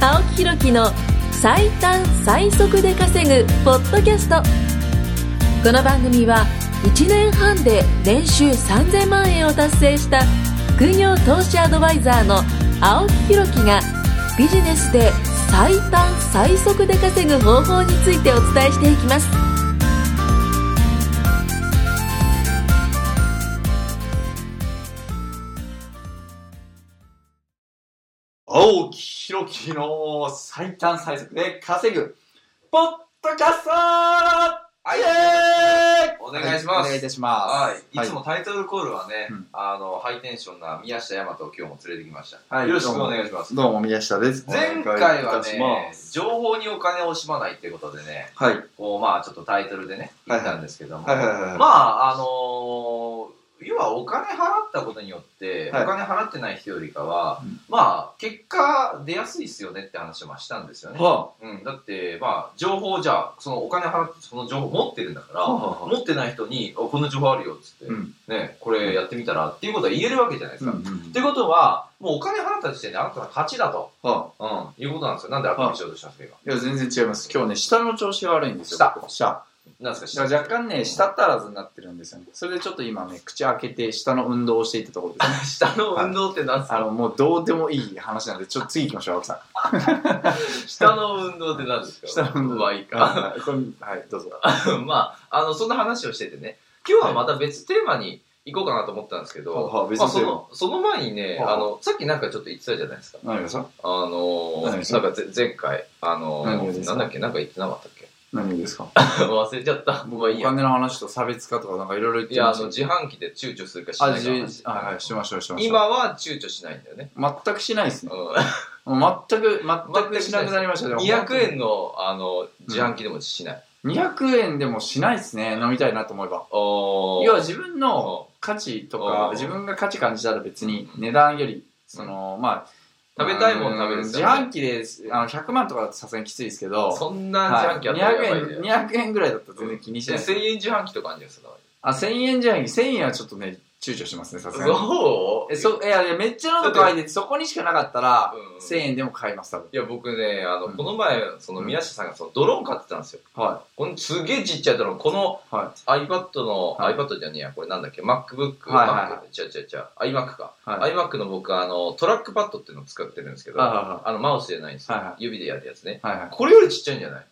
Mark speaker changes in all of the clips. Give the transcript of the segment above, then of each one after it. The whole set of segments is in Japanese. Speaker 1: 青木ひろきの最短最速で稼ぐポッドキャストこの番組は1年半で年収3000万円を達成した副業投資アドバイザーの青木ひろきがビジネスで最短最速で稼ぐ方法についてお伝えしていきます
Speaker 2: 青木ひろきの最短最速で稼ぐポッドキャストはい、イエーイ
Speaker 3: お願いします
Speaker 2: お願いいたします。
Speaker 3: はい、いつもタイトルコールはね、
Speaker 2: うん
Speaker 3: あのハイテンションな宮下大和を今日も連れてきました、
Speaker 2: はい
Speaker 3: よろしくお願いします
Speaker 2: どうも宮下です。
Speaker 3: 前
Speaker 2: お
Speaker 3: 回
Speaker 2: 願い
Speaker 3: はい
Speaker 2: たし
Speaker 3: ね
Speaker 2: ます
Speaker 3: 情報にお金を惜しまないっていうことでね
Speaker 2: はい。
Speaker 3: こうまあちょっとタイトルでね
Speaker 2: は
Speaker 3: 言
Speaker 2: い
Speaker 3: ったんですけども、
Speaker 2: はいはいはいはい
Speaker 3: まああのー要はお金払ったことによって、
Speaker 2: はい
Speaker 3: お金払ってない人よりかは、
Speaker 2: うん
Speaker 3: まあ結果出やすいですよねって話はしたんですよね、
Speaker 2: は
Speaker 3: うん、だってまあ情報じゃあそのお金払ってその情報持ってるんだから、
Speaker 2: あは
Speaker 3: 持ってない人に、あこんな情報あるよっつって、
Speaker 2: うん
Speaker 3: ね、これやってみたらっていうことは言えるわけじゃないです
Speaker 2: うん
Speaker 3: か。
Speaker 2: う
Speaker 3: っ
Speaker 2: ん
Speaker 3: てことは、もうお金払った時点であなたの勝ちだと、
Speaker 2: は
Speaker 3: うん、いうことなんですよ。なんでアピールしようとしたんですか、
Speaker 2: いや、全然違います。今日ね、舌の調子が悪いんですよ。
Speaker 3: 舌。
Speaker 2: 舌。
Speaker 3: 今。なんです
Speaker 2: だ
Speaker 3: か
Speaker 2: から若干ね、舌足らずになってるんですよね。それでちょっと今ね、口開けて舌の運動をしていったところですね。
Speaker 3: 下下の運動って何ですか、
Speaker 2: あの、もうどうでもいい話なんで、ちょっと次行きましょう、青木さん。
Speaker 3: 下の運動って何ですか
Speaker 2: 舌の運動
Speaker 3: まあいいか。
Speaker 2: はい、これはいどうぞ。
Speaker 3: まあ、あの、そんな話をしててね、今日はまた別テーマに行こうかなと思ったんですけど、
Speaker 2: はは別
Speaker 3: ま
Speaker 2: に
Speaker 3: あ、そのその前にね、
Speaker 2: はは
Speaker 3: あの、さっきなんかちょっと言ってたじゃないですか。
Speaker 2: 何がさ
Speaker 3: あの
Speaker 2: 何
Speaker 3: ー、なんかぜ前回、あの
Speaker 2: 何をで
Speaker 3: ー、
Speaker 2: すか
Speaker 3: なんだっけ、なんか言ってなかったっけ
Speaker 2: 何ですか
Speaker 3: 忘れちゃった。まあいい
Speaker 2: お
Speaker 3: や。
Speaker 2: 金の話と差別化とかなんかいろいろ言って
Speaker 3: いや、
Speaker 2: ま
Speaker 3: あ
Speaker 2: し
Speaker 3: の、
Speaker 2: た
Speaker 3: 自販機で躊躇するかし
Speaker 2: あ
Speaker 3: ないかの話
Speaker 2: じあはい、しましょう、しましょう。
Speaker 3: 今は躊躇しないんだよね。
Speaker 2: 全くしないですね。
Speaker 3: う
Speaker 2: もう全く、全
Speaker 3: 全
Speaker 2: く
Speaker 3: く
Speaker 2: し
Speaker 3: し
Speaker 2: な
Speaker 3: ない
Speaker 2: くなりましたね。
Speaker 3: ん、200円の、あの、自販機でもしない。
Speaker 2: 200円でもしないですね、飲みたいなと思えば。
Speaker 3: おー
Speaker 2: 要は自分の
Speaker 3: お
Speaker 2: 価値とか
Speaker 3: う、ん
Speaker 2: 自分が価値感じたら別に
Speaker 3: うん
Speaker 2: 値段より、その、まあ、
Speaker 3: 食べたいもの食べる
Speaker 2: うん
Speaker 3: ん
Speaker 2: 自
Speaker 3: だよね
Speaker 2: 販機で、あの、100万とかだとさすがにきついですけ
Speaker 3: ー
Speaker 2: ど、
Speaker 3: そんな
Speaker 2: は
Speaker 3: 自販
Speaker 2: い
Speaker 3: 機あったらやばいんだ
Speaker 2: 200円、
Speaker 3: よ。
Speaker 2: 200円ぐらいだったら全然気にし
Speaker 3: で
Speaker 2: ないです。
Speaker 3: 1000円自販機とかあるんじゃないですか。
Speaker 2: あ、1000円じゃない、1000円はちょっとね、躊躇しますね、さすがに。
Speaker 3: そう
Speaker 2: え、そ、いや、いやめっちゃ喉乾いてて、そこにしかなかったら、
Speaker 3: うん
Speaker 2: 1000円でも買います、多分。
Speaker 3: いや、僕ね、あの、
Speaker 2: うん
Speaker 3: この前、その、宮下さんが、その、ドローン買ってたんですよ。
Speaker 2: は
Speaker 3: この、すげえちっちゃいドローン。この
Speaker 2: い。は
Speaker 3: iPad の、
Speaker 2: はい
Speaker 3: iPad じゃねえや、これなんだっけ、MacBook、
Speaker 2: はいはいは
Speaker 3: Mac、ちゃちゃちゃ、iMac か。
Speaker 2: い。はい。
Speaker 3: iMac の僕、あの、トラックパッドっていうのを使ってるんですけど、
Speaker 2: は
Speaker 3: あの、マウスじゃないんですよ。
Speaker 2: はいは
Speaker 3: 指でやるやつね。
Speaker 2: い。はいはい。
Speaker 3: これよりちっちゃいんじゃない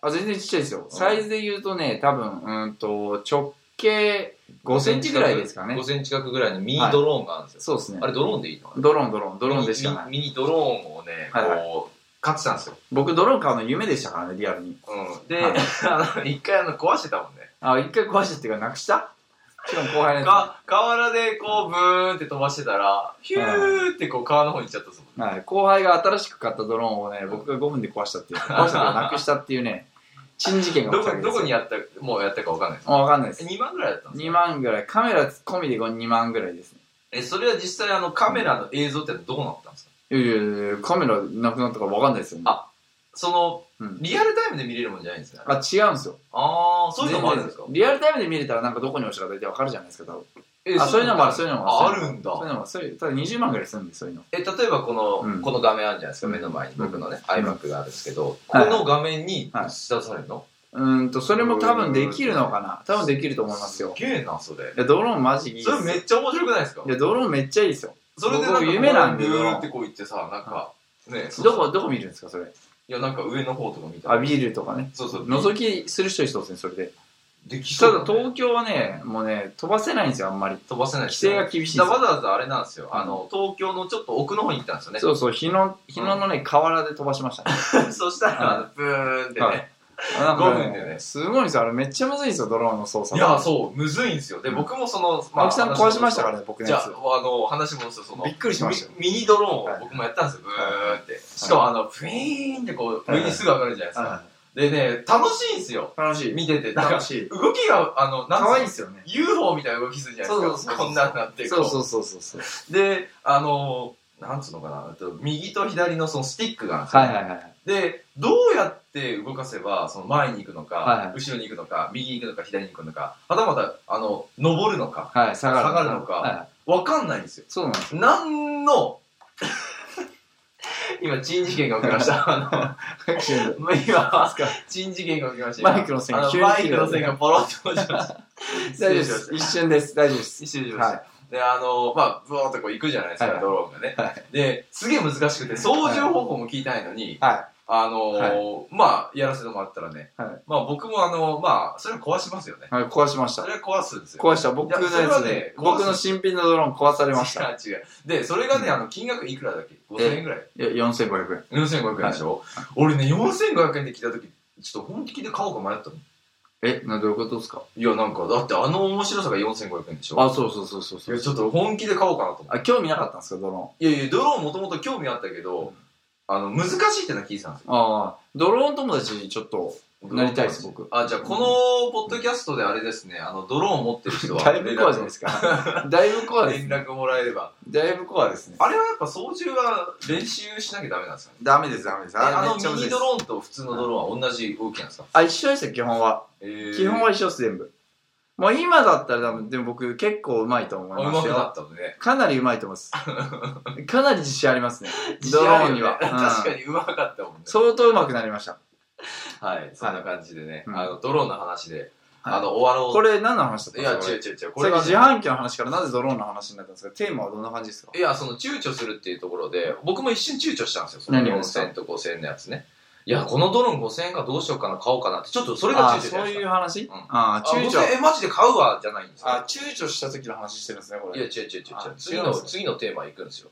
Speaker 2: あ、全然ちっちゃいですよ。サイズで言うとね、多分、うーんと、直径5センチぐらいですかね
Speaker 3: ?5。センチ角ぐらいのミニドローンがあるんですよ。
Speaker 2: そうですね
Speaker 3: あ。れドローンでいいの
Speaker 2: ドローン、ドローン、ドローンでしかない。
Speaker 3: ミニミニドローンをね、こう、
Speaker 2: はいは
Speaker 3: 買ってたんですよ。
Speaker 2: 僕、ドローン買うの夢でしたからね、リアルに。
Speaker 3: うん。で、
Speaker 2: はい
Speaker 3: あ の、一回あの、壊してたもんね。
Speaker 2: あ、一回壊したっていうか、なくした ちろん後輩のやつ
Speaker 3: か、河原でこう、ブーンって飛ばしてたら、ヒューってこう、川の方に行っちゃったっすもん。
Speaker 2: はい、後輩が新しく買ったドローンをね、僕が5分で壊した っていう、壊したからなくしたっていうね、珍事件が起
Speaker 3: ど
Speaker 2: きたわ
Speaker 3: こ、
Speaker 2: けで
Speaker 3: ど
Speaker 2: す
Speaker 3: こ
Speaker 2: よ。
Speaker 3: にやった、もうやったかわかんないです。
Speaker 2: あわかんないです。
Speaker 3: 2万ぐらいだったんです
Speaker 2: 2
Speaker 3: よ。
Speaker 2: 万ぐらい。カメラ込みで2万ぐらいですね。
Speaker 3: え、それは実際あの、カメラの映像ってどうなったんですか
Speaker 2: いやいやいや、カメラなくなったからわかんないですよね。
Speaker 3: あその、
Speaker 2: うん、
Speaker 3: リアルタイムで見れるもんじゃないんですね。
Speaker 2: あ違うんですよ。
Speaker 3: あー、そういうのもあるんですか
Speaker 2: リアルタイムで見れたらなんかどこに落ちたか大体わかるじゃないですか、多分。
Speaker 3: え
Speaker 2: あ、そういうのもある、そういうのも
Speaker 3: あ
Speaker 2: ある。
Speaker 3: あるんだ
Speaker 2: そういうのも、そういう、ただ20万ぐらいするんで、そういうの。
Speaker 3: え例えばこの、
Speaker 2: うん
Speaker 3: この画面あるじゃないですか、目の前に僕のね、iMac があるんですけど、この画面に
Speaker 2: はい
Speaker 3: 映し出されるの、
Speaker 2: うーんと、それも多分できるのかな。多分できると思いますよ。
Speaker 3: すげえな、そ
Speaker 2: い。
Speaker 3: れ
Speaker 2: や、ドローンマジいいです
Speaker 3: そ
Speaker 2: よ。
Speaker 3: れめっちゃ面白くないですか
Speaker 2: いや、ドローンめっちゃいいですよ。
Speaker 3: それでなんか、
Speaker 2: 僕夢なんで
Speaker 3: ブーってこう行ってさ、なんか、ね、
Speaker 2: どこ、どこ見るんですか、それ。
Speaker 3: いや、なんか上の方とか見た
Speaker 2: あ、
Speaker 3: ら。
Speaker 2: ビールとかね。
Speaker 3: そうそう。
Speaker 2: 覗きする人いそうですね、それで。
Speaker 3: でき
Speaker 2: た
Speaker 3: そう
Speaker 2: だ
Speaker 3: ね
Speaker 2: 東京はね、もうね、飛ばせないんですよ、あんまり。
Speaker 3: 飛ばせない
Speaker 2: 規制が厳しいで
Speaker 3: だ
Speaker 2: す
Speaker 3: から
Speaker 2: よ。
Speaker 3: わざわざあれなんですよ。あの、東京のちょっと奥の方に行ったんですよね。
Speaker 2: そうそう、日野、日野のね、河原で飛ばしましたね。
Speaker 3: そしたら、あのブーンってね。
Speaker 2: はい
Speaker 3: い、
Speaker 2: なんか
Speaker 3: 5分でね
Speaker 2: すごいんですよ。あれめっちゃむずいんですよ、ドローンの操作。
Speaker 3: や、そう、むずいんですよ。で、
Speaker 2: うん
Speaker 3: 僕もその、
Speaker 2: 青木さん壊しましたから
Speaker 3: ね。
Speaker 2: ね、僕の
Speaker 3: じゃ
Speaker 2: や
Speaker 3: あ、
Speaker 2: つ。
Speaker 3: あの、話戻すと、その
Speaker 2: び、っくりしましたよ。
Speaker 3: ミミニドローン
Speaker 2: はい
Speaker 3: を僕もやったんですよ、ブーって。しかもあの、フィーンってこう、
Speaker 2: はい
Speaker 3: 上にすぐ上がるじゃないですか。
Speaker 2: は
Speaker 3: でね、楽しいんですよ、
Speaker 2: い楽しい。
Speaker 3: 見てて。なん
Speaker 2: 楽
Speaker 3: か、
Speaker 2: しい。
Speaker 3: 動きが、あの、なん
Speaker 2: 可愛い
Speaker 3: い
Speaker 2: ですよね。
Speaker 3: UFO みたいな動きするじゃないです
Speaker 2: そうそうそう
Speaker 3: か。
Speaker 2: そう
Speaker 3: こんなんなって、
Speaker 2: そう
Speaker 3: こ
Speaker 2: そうそうそうそう。
Speaker 3: う。で、あの、なんつうのかな、えっと右と左のそのスティックがあるんですよ
Speaker 2: はいはいはい。
Speaker 3: で、どうやって動かせば、その前に行くの
Speaker 2: はいはい、
Speaker 3: か後ろに行くのか、右に行くのか、左に行くのか、はたまた、あの、登るのか、
Speaker 2: はい、下がる。
Speaker 3: 下がるのか
Speaker 2: はい。
Speaker 3: わかんないんですよ。
Speaker 2: そうなんですよ。
Speaker 3: なんの、今、珍事件が起きま した。あの、もう今、珍事件が起きました。
Speaker 2: マイクの線
Speaker 3: あ
Speaker 2: が
Speaker 3: の
Speaker 2: 急に
Speaker 3: マイ
Speaker 2: 切
Speaker 3: ク
Speaker 2: れた
Speaker 3: の線がポロッと落ちました。
Speaker 2: 大丈夫です。一瞬です。大丈夫です。
Speaker 3: 一周しました。
Speaker 2: は
Speaker 3: で、あの、まあ、ブワーっとこう行くじゃないですか、
Speaker 2: はいはい
Speaker 3: ドローンがね。
Speaker 2: はい
Speaker 3: で、すげえ難しくて、操縦方法も聞いたいのに、
Speaker 2: い。は
Speaker 3: あのーまあ、やらせてもらったらね、
Speaker 2: はい
Speaker 3: まあ僕もあのまあ、それは壊しますよね。
Speaker 2: い。はい、壊しまし
Speaker 3: そ
Speaker 2: た。
Speaker 3: れは壊すんですよ。
Speaker 2: 壊した。僕のや
Speaker 3: いやそれは
Speaker 2: つ
Speaker 3: ね
Speaker 2: ね、
Speaker 3: 壊す
Speaker 2: 僕の新品のドローン壊されました。
Speaker 3: 違う違う。で、それがね、あの、金額いくらだっけ ?5000 円ぐらい。
Speaker 2: いや、4500円。
Speaker 3: 4500円でしょ、俺ね、4500円で来た時、ちょっと本気で買おうか迷ったの。
Speaker 2: え、な、どういうことですか
Speaker 3: いや、なんか、だってあの面白さが4500円でしょ
Speaker 2: あ、そうそうそうそう
Speaker 3: い
Speaker 2: そ
Speaker 3: や、
Speaker 2: う。
Speaker 3: ちょっと本気で買おうかなと思って。
Speaker 2: あ、興味なかったんですか、ドロ
Speaker 3: いやいや、ドローンもともと興味あったけど、あの、難しいってのは聞いてたんですよ。
Speaker 2: ーン。ああ、ドローン友達にちょっとなりたいです、僕。
Speaker 3: あ、じゃあ、このポッドキャストであれですね、あの、ドローンを持ってる人 は、
Speaker 2: だいぶコアじゃないですか。 だいぶコアです
Speaker 3: 連。絡もらえれば。
Speaker 2: だいぶコアですね。
Speaker 3: あれはやっぱ操縦は練習しなきゃダメなんですかね。
Speaker 2: ダメです、ダメです。
Speaker 3: あ
Speaker 2: れ
Speaker 3: の
Speaker 2: めっちゃむ
Speaker 3: ミ
Speaker 2: ずい
Speaker 3: ニ
Speaker 2: です
Speaker 3: ドローンと普通のドローンは同じ動きなんですか、
Speaker 2: あ、一緒ですよ、基本は。基本は一緒です、全部。もう今だったら多分、でも僕結構うまいと思
Speaker 3: あ
Speaker 2: いうま
Speaker 3: ますくな
Speaker 2: よ。
Speaker 3: ったのね。
Speaker 2: かなりうまいと思います。かなり自信ありますね。
Speaker 3: 自
Speaker 2: ド
Speaker 3: 信
Speaker 2: ロ
Speaker 3: あ
Speaker 2: ー
Speaker 3: る
Speaker 2: ンに
Speaker 3: よ
Speaker 2: は
Speaker 3: ね。。
Speaker 2: うん
Speaker 3: 確かにうまかったもんね。
Speaker 2: 相当うまくなりました。
Speaker 3: はい、そんな感じでね、
Speaker 2: うん
Speaker 3: あの、ドローンの話で、
Speaker 2: はい
Speaker 3: あの、終わろう。
Speaker 2: これ何の話だった
Speaker 3: いや、
Speaker 2: んですか
Speaker 3: 違う
Speaker 2: こ
Speaker 3: 違う違う。こ
Speaker 2: れ
Speaker 3: れ
Speaker 2: さっ
Speaker 3: は
Speaker 2: き
Speaker 3: ね
Speaker 2: 自販機の話からなぜドローンの話になったんですかテーマはどんな感じですか
Speaker 3: いや、その躊躇するっていうところで、僕も一瞬躊躇したんですよ。その
Speaker 2: 何をですか
Speaker 3: 4000円と5000円のやつね。いや、このドローン5000円かどうしようかな、買おうかなって、ちょっとそれが躊
Speaker 2: あ
Speaker 3: 躇した
Speaker 2: そ
Speaker 3: ん
Speaker 2: う
Speaker 3: です
Speaker 2: い
Speaker 3: か。
Speaker 2: う話
Speaker 3: うん
Speaker 2: あ
Speaker 3: あ、
Speaker 2: 躊躇
Speaker 3: 僕。え、マジで買うわ、じゃないんです
Speaker 2: あ
Speaker 3: よ。、
Speaker 2: 躊躇した時の話してるんですね、こ
Speaker 3: い
Speaker 2: れ。
Speaker 3: や、違う違う違う違
Speaker 2: あ
Speaker 3: う。次
Speaker 2: 違うん
Speaker 3: の、
Speaker 2: ですね
Speaker 3: 次のテーマ行くんですよ。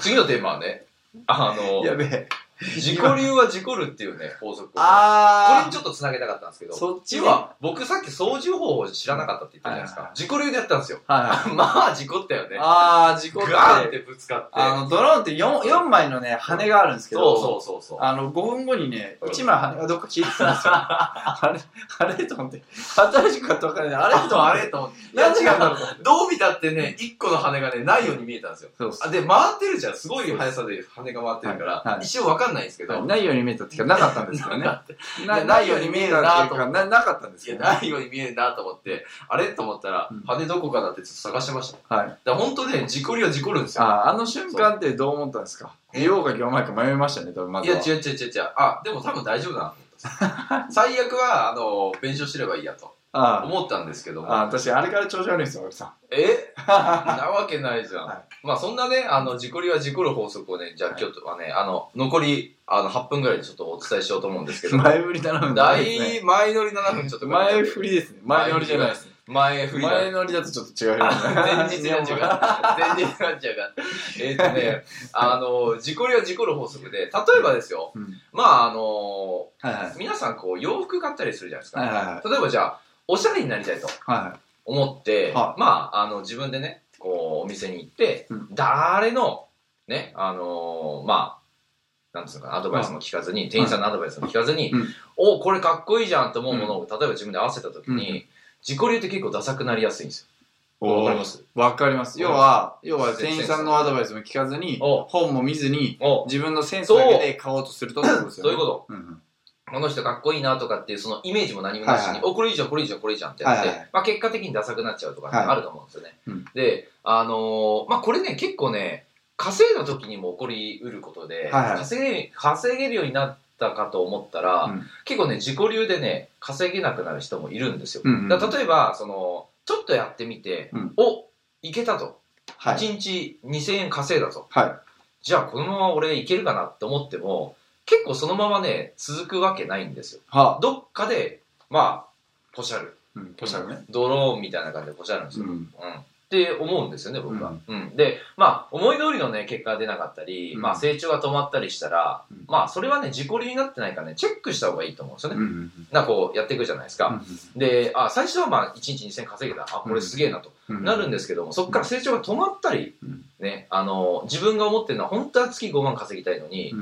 Speaker 3: 次のテーマは ね、あの、
Speaker 2: やべえ。
Speaker 3: 自己流は事故るっていうね、法則を。これ
Speaker 2: あ
Speaker 3: にちょっと繋げたかったんですけど、
Speaker 2: そっちね
Speaker 3: 要は、僕さっき操縦法を知らなかったって言ったじゃないです
Speaker 2: はい
Speaker 3: か
Speaker 2: は。
Speaker 3: 自己流でやったんですよ。
Speaker 2: ー。はいはい。
Speaker 3: まあ、事故ったよね。
Speaker 2: あー、事故って。
Speaker 3: ガーンってぶつかって。
Speaker 2: あの、ドローンって 4, 四枚のね、羽があるんですけど、
Speaker 3: そうそうそうそう。
Speaker 2: あの、5分後にね、
Speaker 3: うん
Speaker 2: 1枚羽がどっか消えてたん ですよ。あれ、あれと思って。新しく買ったお金で、あれと思って。
Speaker 3: あれと思って。
Speaker 2: 何違うんだろう
Speaker 3: どう見たってね、一個の羽がね、ないように見えたんですよ。
Speaker 2: そうそ
Speaker 3: あで、回ってるじゃん。すごい速さで羽が回ってるか
Speaker 2: はい
Speaker 3: ら
Speaker 2: は、い
Speaker 3: 一瞬わかんないんですけど。
Speaker 2: う。ないように見えたっていうか、なかったんですけど ね。
Speaker 3: い
Speaker 2: な
Speaker 3: や
Speaker 2: ないように見えたっていうか、ななかったんです
Speaker 3: い
Speaker 2: け
Speaker 3: や、
Speaker 2: ど、ね。
Speaker 3: ないように見えるなと思って、あれと思ったら
Speaker 2: うん、
Speaker 3: 羽どこかだってちょっと探してました。だか
Speaker 2: はい。
Speaker 3: ら本当ね、事故りは事故るんですよ。
Speaker 2: あー、あの瞬間ってどう思ったんですか
Speaker 3: そう
Speaker 2: 美容か業前か迷いましたね、多分ま
Speaker 3: い
Speaker 2: ず
Speaker 3: や、
Speaker 2: は。
Speaker 3: 違う違う違う違う。あ、でも多分大丈夫だなと思った。最悪は、あの、弁償すればいいやと
Speaker 2: あー
Speaker 3: 思ったんですけども。
Speaker 2: あー、私、あれから調子悪いんですよ、俺さん。
Speaker 3: えなわけないじゃん。
Speaker 2: はい
Speaker 3: まあそんなね、あの、自己流は自己る法則をね、じゃあ今日はね、あの、残り、あの、8分ぐらいでちょっとお伝えしようと思うんで すけど、
Speaker 2: 前振り頼むんだ、
Speaker 3: 大、前乗り7分ちょっと
Speaker 2: 前振りですね。前乗りじゃないです。
Speaker 3: 前振りだ
Speaker 2: 前乗りだとちょっと違うよね。
Speaker 3: 前日になっちゃうから。前日になっちゃうから。えっとね、あの、事故りは事故る法則で、例えばですよ、
Speaker 2: うん
Speaker 3: まああの、
Speaker 2: はいはい。
Speaker 3: 皆さんこう洋服買ったりするじゃないです
Speaker 2: はい
Speaker 3: か。
Speaker 2: はいはい。
Speaker 3: 例えばじゃあ、おしゃれになりたいと
Speaker 2: は
Speaker 3: 思って、
Speaker 2: は
Speaker 3: まあ、あの、自分でね、こう、お店に行って、
Speaker 2: うん
Speaker 3: 誰の、ね、あのまあ、なんつうのかな、アドバイスも聞かずに、店員さんのアドバイスも聞かずに、
Speaker 2: うん
Speaker 3: お、これかっこいいじゃんと思うものを、例えば自分で合わせた時に、自己流って結構ダサくなりやすいんです
Speaker 2: い。
Speaker 3: よ。わかります
Speaker 2: わかります。要は、要は店員さんのアドバイスも聞かずに、
Speaker 3: お
Speaker 2: 本も見ずに、
Speaker 3: お
Speaker 2: 自分のセンスだけで買おうとするとってことです
Speaker 3: そう
Speaker 2: よ
Speaker 3: いう
Speaker 2: ね。
Speaker 3: こと。
Speaker 2: うんうん
Speaker 3: この人かっこいいなとかっていう、そのイメージも何もなしに、
Speaker 2: はいはい
Speaker 3: お、これいいじゃん、これいいじゃん、これいいじゃんってやって、
Speaker 2: はいはいはい
Speaker 3: まあ結果的にダサくなっちゃうとかって
Speaker 2: はい
Speaker 3: あると思うんですよね。
Speaker 2: うん
Speaker 3: で、あのーまあこれね、結構ね、稼いだ時にも起こりうることで、
Speaker 2: はいはい
Speaker 3: 稼げ、稼げるようになったかと思ったら、
Speaker 2: うん
Speaker 3: 結構ね、自己流でね、稼げなくなる人もいるんですよ。
Speaker 2: うんうん
Speaker 3: だから例えば、その、ちょっとやってみて、
Speaker 2: うん
Speaker 3: お、いけたと。
Speaker 2: はい。
Speaker 3: 1日2000円稼いだと。
Speaker 2: は
Speaker 3: じゃあこのまま俺いけるかなって思っても、結構そのままね、続くわけないんですよ。
Speaker 2: い。は
Speaker 3: どっかで、まあ、ポシャる。
Speaker 2: うん、ポシャルね。
Speaker 3: ドローンみたいな感じでポシャるんです
Speaker 2: うん。
Speaker 3: よ。うん。って思うんですよね、僕は。
Speaker 2: う
Speaker 3: うん。で、まあ、思い通りのね、結果が出なかったり、
Speaker 2: うん
Speaker 3: まあ、成長が止まったりしたら、
Speaker 2: うん
Speaker 3: まあ、それはね、自己流になってないからね、チェックした方がいいと思うんです
Speaker 2: う
Speaker 3: よね。
Speaker 2: んうん
Speaker 3: なんかこう、やっていくじゃないですか。で、あ、最初はまあ、1日2000稼げた。あ、これすげえなと。
Speaker 2: うん。
Speaker 3: なるんですけども、そこから成長が止まったり、
Speaker 2: うん
Speaker 3: ね、あの、自分が思ってるのは本当は月5万稼ぎたいのに、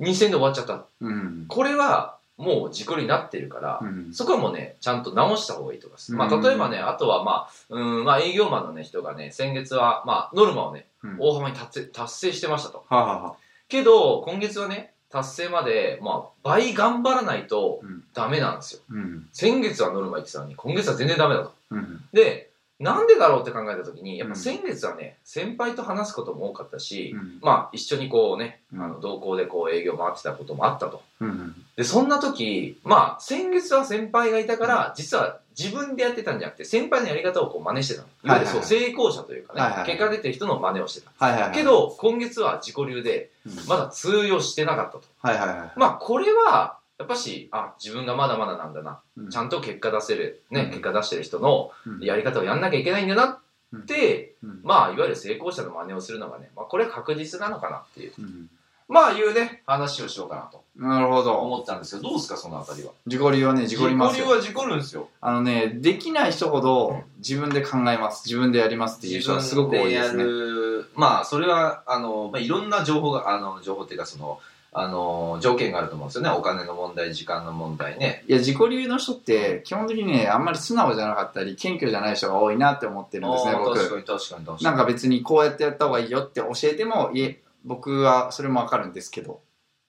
Speaker 3: 2000で終わっちゃった。
Speaker 2: うん。うん。
Speaker 3: これはもう事故になってるから、
Speaker 2: うん
Speaker 3: そこはもうね、ちゃんと直した方がいいと思います。ま
Speaker 2: う
Speaker 3: あ、
Speaker 2: ん
Speaker 3: 例えばね、あとはまあ、うん、まあ、営業マンのね、人がね、先月は、まあ、ノルマをね、
Speaker 2: うん
Speaker 3: 大幅に達成達成してましたと。
Speaker 2: ははは。
Speaker 3: けど、今月はね、達成まで、まあ、倍頑張らないと
Speaker 2: うん
Speaker 3: ダメなんですよ。
Speaker 2: うん。
Speaker 3: 先月はノルマ言ってたのに、今月は全然ダメだと。
Speaker 2: うん。
Speaker 3: で、なんでだろうって考えた時にやっぱ先月はね、先輩と話すことも多かったし、
Speaker 2: うん
Speaker 3: まあ一緒にこうね、
Speaker 2: うん
Speaker 3: あの同行でこう営業回ってたこともあったと。
Speaker 2: うん
Speaker 3: で、そんな時、まあ先月は先輩がいたから、実は自分でやってたんじゃなくて、先輩のやり方をこう真似してたの。いわゆるそう、
Speaker 2: はい
Speaker 3: 成功者というかね、
Speaker 2: はいはいはい
Speaker 3: 結果出てる人の真似をしてた。
Speaker 2: はいはいはい。
Speaker 3: け、ど、今月は自己流で、
Speaker 2: うん
Speaker 3: まだ通用してなかったと。
Speaker 2: はいはいはい。
Speaker 3: まあこれは、やっぱし、あ、自分がまだまだなんだな。
Speaker 2: うん
Speaker 3: ちゃんと結果出せる、ね、
Speaker 2: うん
Speaker 3: 結果出してる人の
Speaker 2: うん
Speaker 3: やり方をやんなきゃいけないんだなって、
Speaker 2: うん
Speaker 3: まあ、いわゆる成功者の真似をするのがね、まあ、これは確実なのかなっていう、
Speaker 2: うん
Speaker 3: まあ、いうね、話をしようかなと
Speaker 2: なるほど。
Speaker 3: 思ったんですけど、どうですか、そのあたりは。
Speaker 2: 自己流はね、自己流ますよ。
Speaker 3: は事故るんですよ。
Speaker 2: あのね、できない人ほど自分で考えます。自分でやりますっていう人はすごく多いです
Speaker 4: 自
Speaker 2: ね。
Speaker 4: 分でやるまあそれはあの、まあ、いろんな情報があの情報っていうかそのあの条件があると思うんですよねお金の問題時間の問題ね
Speaker 2: いや、自己流の人って基本的にね、あんまり素直じゃなかったり、謙虚じゃない人が多いなって思ってるんですね、
Speaker 4: あー
Speaker 2: 僕。
Speaker 4: 確かに確かに確か
Speaker 2: な
Speaker 4: に
Speaker 2: んか別にこうやってやった方がいいよって教えても、いえ、僕はそれもわかるんですけど、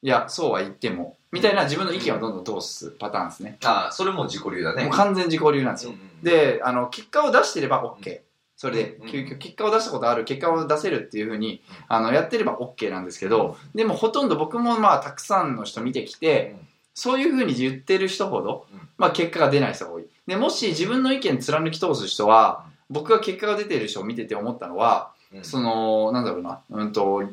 Speaker 2: いや、そうは言っても、みたいな自分の意見をどんどん通すパターンですね。
Speaker 4: あーそれも自己流だね
Speaker 2: もう完全自己流なんですよ。
Speaker 4: で
Speaker 2: で、あの、結果を出してれば OK。それで
Speaker 4: う、ん
Speaker 2: 急遽結果を出したことある、結果を出せるっていうふうに、あの、やってれば OK なんですけど、でもほとんど僕もまあ、たくさんの人見てきて
Speaker 4: うん、
Speaker 2: そういうふうに言ってる人ほど
Speaker 4: うん、
Speaker 2: まあ、結果が出ない人が多い。で、もし自分の意見貫き通す人は、僕が結果が出てる人を見てて思ったのは、
Speaker 4: うん
Speaker 2: その、なんだろうな、うんと、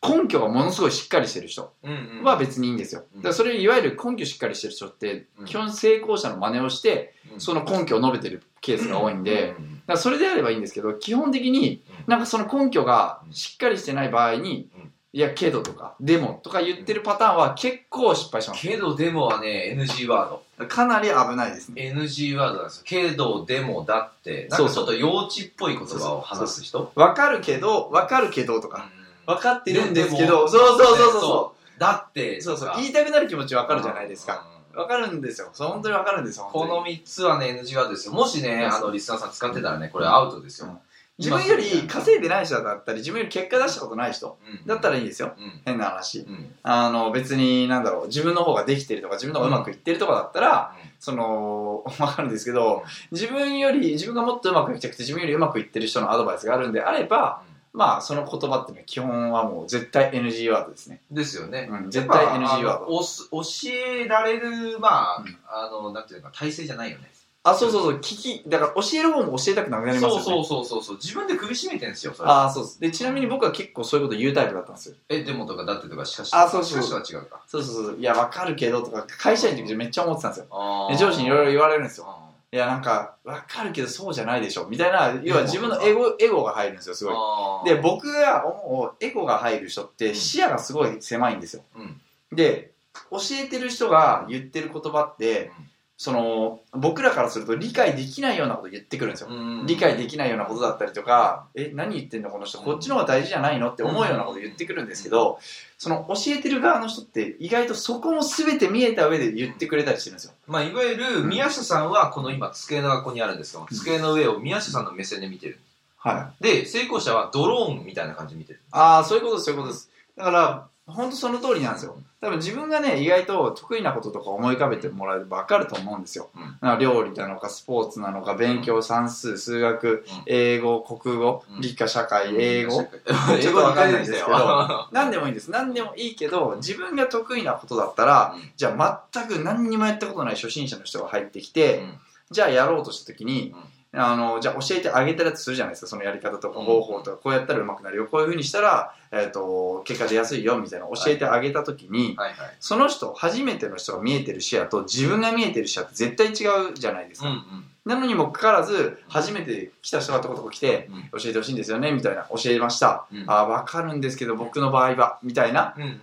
Speaker 2: 根拠がものすごいしっかりしてる人
Speaker 4: うんうん
Speaker 2: は別にいいんですよ。
Speaker 4: うん
Speaker 2: だからそれ、いわゆる根拠しっかりしてる人って、
Speaker 4: うん
Speaker 2: 基本成功者の真似をして、
Speaker 4: うん
Speaker 2: その根拠を述べてるケースが多いんで、だ
Speaker 4: うんうん
Speaker 2: からそれであればいいんですけど、基本的に
Speaker 4: うん
Speaker 2: なんかその根拠が
Speaker 4: うん
Speaker 2: しっかりしてない場合に
Speaker 4: うん、
Speaker 2: いや、けどとか、でもとか言ってるパターンは結構失敗します。
Speaker 4: けどでもはね NG ワード
Speaker 2: かなり危ないですね。
Speaker 4: NG ワードなんですよけどでもだってなんかちょっと幼稚っぽい言葉を話す人
Speaker 2: わかるけど、わかるけどとか、
Speaker 4: うん
Speaker 2: わかってるんです
Speaker 4: で
Speaker 2: け
Speaker 4: も
Speaker 2: ど、そうそうそうそうそ
Speaker 4: だって
Speaker 2: う、そうそう、
Speaker 4: とか
Speaker 2: 言いたくなる気持ちわかるじゃないですか。
Speaker 4: うん
Speaker 2: わかるんですよ。そう本当にわかるんですよ。
Speaker 4: こ
Speaker 2: 本当に
Speaker 4: の3つはね NG ワードですよもしね
Speaker 2: そう
Speaker 4: あ
Speaker 2: そう
Speaker 4: のリスナーさん使ってたらねこれアウトですよ、
Speaker 2: 自分より稼いでない人だったり、自分より結果出したことない人
Speaker 4: うん
Speaker 2: だったらいいんですよ。
Speaker 4: うん
Speaker 2: 変な話。
Speaker 4: うん
Speaker 2: あの別になんだろう自分の方ができてるとか自分の方がうまくいってるとかだったら、その わかるんですけど自分より自分がもっとうまくいきたくて自分よりうまくいってる人のアドバイスがあるんであれば、まあその言葉っていうのは基本はもう絶対 NG ワードですね、
Speaker 4: ですよね、
Speaker 2: うん、絶対 NG
Speaker 4: やっぱあ
Speaker 2: ワード
Speaker 4: のおす教えられるまあ、
Speaker 2: うん
Speaker 4: あのなんていうか体制じゃないよね
Speaker 2: あそうそうそう聞きだから教える方も教えたくなくなりますよ
Speaker 4: そ
Speaker 2: ね
Speaker 4: うそうそうそうそう自分で首絞めてんですよそれ
Speaker 2: ああそうですでちなみに僕は結構そういうこと言うタイプだったんですよ
Speaker 4: えでもとかだってとかしかし
Speaker 2: あそうそう
Speaker 4: しかしは違うか
Speaker 2: そうそうそういやわかるけどとか会社員の時めっちゃ思ってたんですよ
Speaker 4: あ
Speaker 2: で上司にいろいろ言
Speaker 4: わ
Speaker 2: われるんですよいや、なんか、わかるけどそうじゃないでしょ。みたいな、要は自分のエゴ、エゴが入るんですよ、すごい。で、僕が思うエゴが入る人って視野がすごい狭いんですよ。
Speaker 4: うん
Speaker 2: で、教えてる人が言ってる言葉って、
Speaker 4: うん
Speaker 2: その、僕らからすると理解できないようなこと言ってくるんですよ。理解できないようなことだったりとか、え、何言ってんのこの人、こっちの方が大事じゃないのって思うようなこと言ってくるんですけど、その教えてる側の人って意外とそこも全て見えた上で言ってくれたりしてるんですよ。
Speaker 4: まあ、いわゆる宮下さんはこの今机のここにあるんですけど机の上を宮下さんの目線で見てる
Speaker 2: はい。
Speaker 4: で成功者はドローンみたいな感じで見てる
Speaker 2: ああ、そういうことです、そういうことです。だから、本当その通りなんですよ。多分自分がね、意外と得意なこととか思い浮かべてもらえばわかると思うんですよ。
Speaker 4: うん
Speaker 2: なんか料理なのか、スポーツなのか、勉強、算数、数学、英語、国語
Speaker 4: う、ん
Speaker 2: 理科、社会、英語。
Speaker 4: 英
Speaker 2: ちょっと
Speaker 4: 語
Speaker 2: わ
Speaker 4: わ
Speaker 2: か
Speaker 4: か
Speaker 2: ん
Speaker 4: んな
Speaker 2: な
Speaker 4: いい
Speaker 2: で
Speaker 4: ですす
Speaker 2: け
Speaker 4: よ
Speaker 2: ど、何でもいいんです。何でもいいけど、自分が得意なことだったら、じゃあ全く何にもやったことない初心者の人が入ってきて、
Speaker 4: うん
Speaker 2: じゃあやろうとした時に、あのじゃあ教えてあげたりするじゃないですかそのやり方とか
Speaker 4: うん
Speaker 2: 方法とか、こうやったらうまくなるよこういうふうにしたら、えっと結果出やすいよみたいな教えてあげた時に、
Speaker 4: はいはい
Speaker 2: その人初めての人が見えてる視野と自分が見えてる視野って絶対違うじゃないです
Speaker 4: うん
Speaker 2: か、
Speaker 4: うん
Speaker 2: なのにもかかわらず初めて来た人がとことこ来て、教えてほしいんですよねみたいな教えました、
Speaker 4: うん
Speaker 2: ああ分かるんですけど僕の場合はみたいな
Speaker 4: うんうん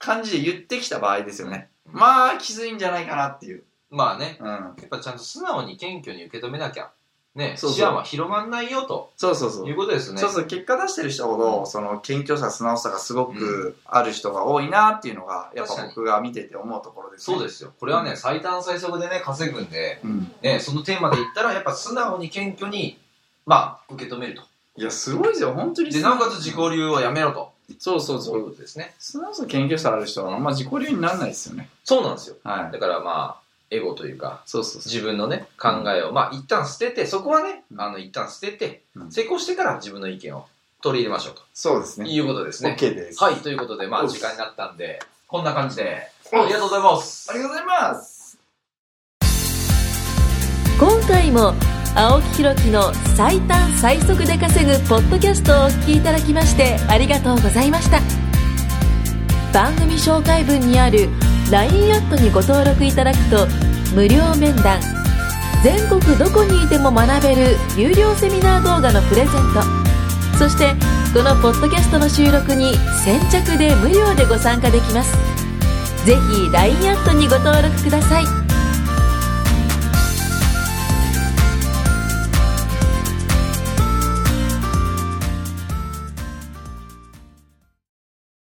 Speaker 2: 感じで言ってきた場合ですよね、
Speaker 4: うん
Speaker 2: まあきついんじゃないかなっていう、
Speaker 4: まあね
Speaker 2: うん、
Speaker 4: やっぱちゃんと素直に謙虚に受け止めなきゃね
Speaker 2: そうそう
Speaker 4: 視野は広まんないよと
Speaker 2: そうそうそう
Speaker 4: いうことですね
Speaker 2: そうそう、結果出してる人ほど、その、謙虚さ、素直さがすごくある人が多いなっていうのが、やっ
Speaker 4: 確
Speaker 2: ぱ
Speaker 4: かに
Speaker 2: 僕が見てて思うところです、。
Speaker 4: そうですすよこれはね最短最速でね稼ぐんで
Speaker 2: うん。
Speaker 4: ねそのテーマで言ったらやっぱ素直に謙虚にまあ受け止めると
Speaker 2: いや、すごいですよ、本当に。
Speaker 4: でなおかつ自己流はやめろと
Speaker 2: そうそう
Speaker 4: そ
Speaker 2: そう
Speaker 4: いう
Speaker 2: う。
Speaker 4: ことですね
Speaker 2: 素直さ、謙虚さある人は、あんま自己流にならないですよね。
Speaker 4: そうなんですよ
Speaker 2: はい。
Speaker 4: だからまあ
Speaker 3: エゴというか、
Speaker 2: そうそうそう
Speaker 3: 自分のね、考えを、まあ一旦捨てて、そこはね、
Speaker 2: うん
Speaker 3: あの、一旦捨てて
Speaker 2: う、ん
Speaker 3: 成功してから自分の意見を取り入れましょう
Speaker 2: そうです
Speaker 3: と
Speaker 2: ね
Speaker 3: いうことですね。
Speaker 2: OK です
Speaker 3: はい、ということで、まあ時間になったんで、こんな感じで、ありがとうございます
Speaker 2: あ。りがとうございます
Speaker 1: 今回も青木ひろきの最短最速で稼ぐポッドキャストをお聞きいただきましてありがとうございました番組紹介文にある LINE アットにご登録いただくと無料面談全国どこにいても学べる有料セミナー動画のプレゼントそしてこのポッドキャストの収録に先着で無料でご参加できますぜひ LINE アットにご登録ください